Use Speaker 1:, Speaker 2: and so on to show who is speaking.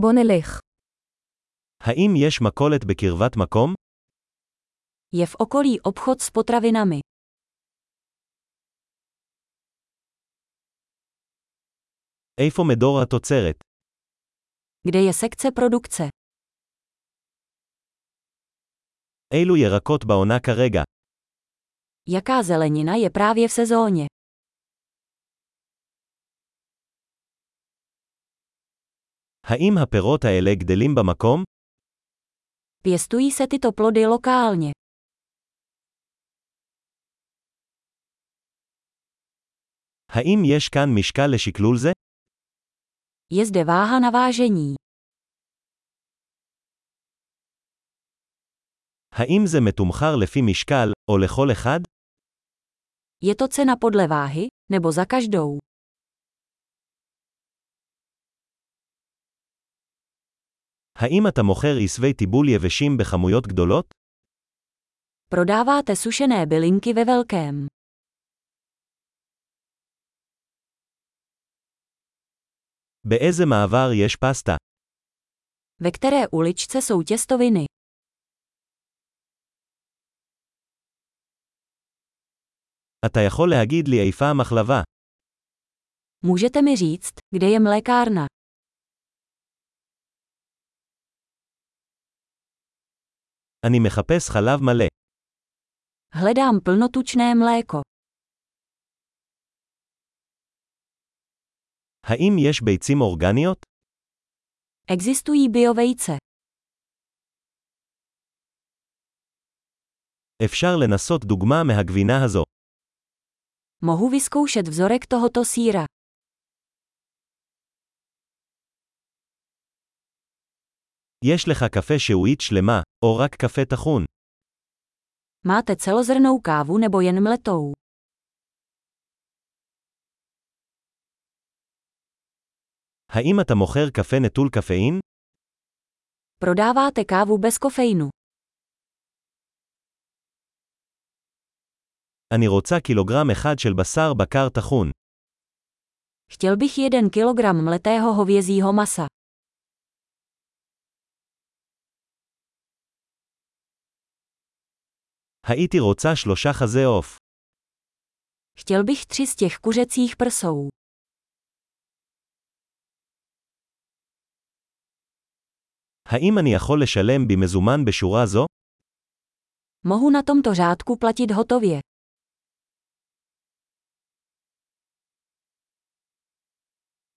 Speaker 1: בוא נלך.
Speaker 2: האם יש מכולת בקרבת מקום?
Speaker 1: Je v okolí obchod s potravinami.
Speaker 2: איפה מדור התוצרת?
Speaker 1: Kde je sekce produkce?
Speaker 2: אילו ירקות בעונה כרגע?
Speaker 1: Jaká zelenina je právě v sezóně?
Speaker 2: האם הפירות האלה גדלים במקום?
Speaker 1: Pěstují se tyto plody lokálně.
Speaker 2: האם יש כאן משקל לשקלול זה?
Speaker 1: Je zde váha na vážení.
Speaker 2: האם זה מתומחר לפי משקל, או לכל אחד?
Speaker 1: Je to cena podle váhy, nebo za každou?
Speaker 2: האם אתה מוכר עשבי טיבול יבשים בכמויות גדולות?
Speaker 1: Prodáváte sušené bylinky ve velkém.
Speaker 2: באיזה מעבר יש פסטה?
Speaker 1: Ve které uličce jsou těstoviny?
Speaker 2: אתה יכול להגיד לי איפה המחלבה?
Speaker 1: Můžete mi říct, kde je mlékárna?
Speaker 2: אני מחפש חלב מלא.
Speaker 1: Hledám plnotučné mléko.
Speaker 2: האם יש ביצים אורגניות?
Speaker 1: Existují biovejce.
Speaker 2: אפשר לנסות דוגמה מהגבינה הזו.
Speaker 1: Mohu vyzkoušet vzorek tohoto síra.
Speaker 2: יש לך קפה שהועית שלמה, או רק קפה טחון.
Speaker 1: Máte celozrnou kávu nebo jen mletou?
Speaker 2: האם אתה מוכר קפה נטול קפאין?
Speaker 1: Prodáváte kávu bez kofeinu.
Speaker 2: אני רוצה קילוגרם אחד של בשר בקר טחון.
Speaker 1: Chtěl bych jeden kilogram mletého hovězího masa.
Speaker 2: הייתי רוצה שלושה חזה עוף.
Speaker 1: Chtěl bych tři z těch kuřecích prsou.
Speaker 2: האם אני יכול לשלם במזומן בשורה זו?
Speaker 1: Mohu na tomto řádku platit hotově.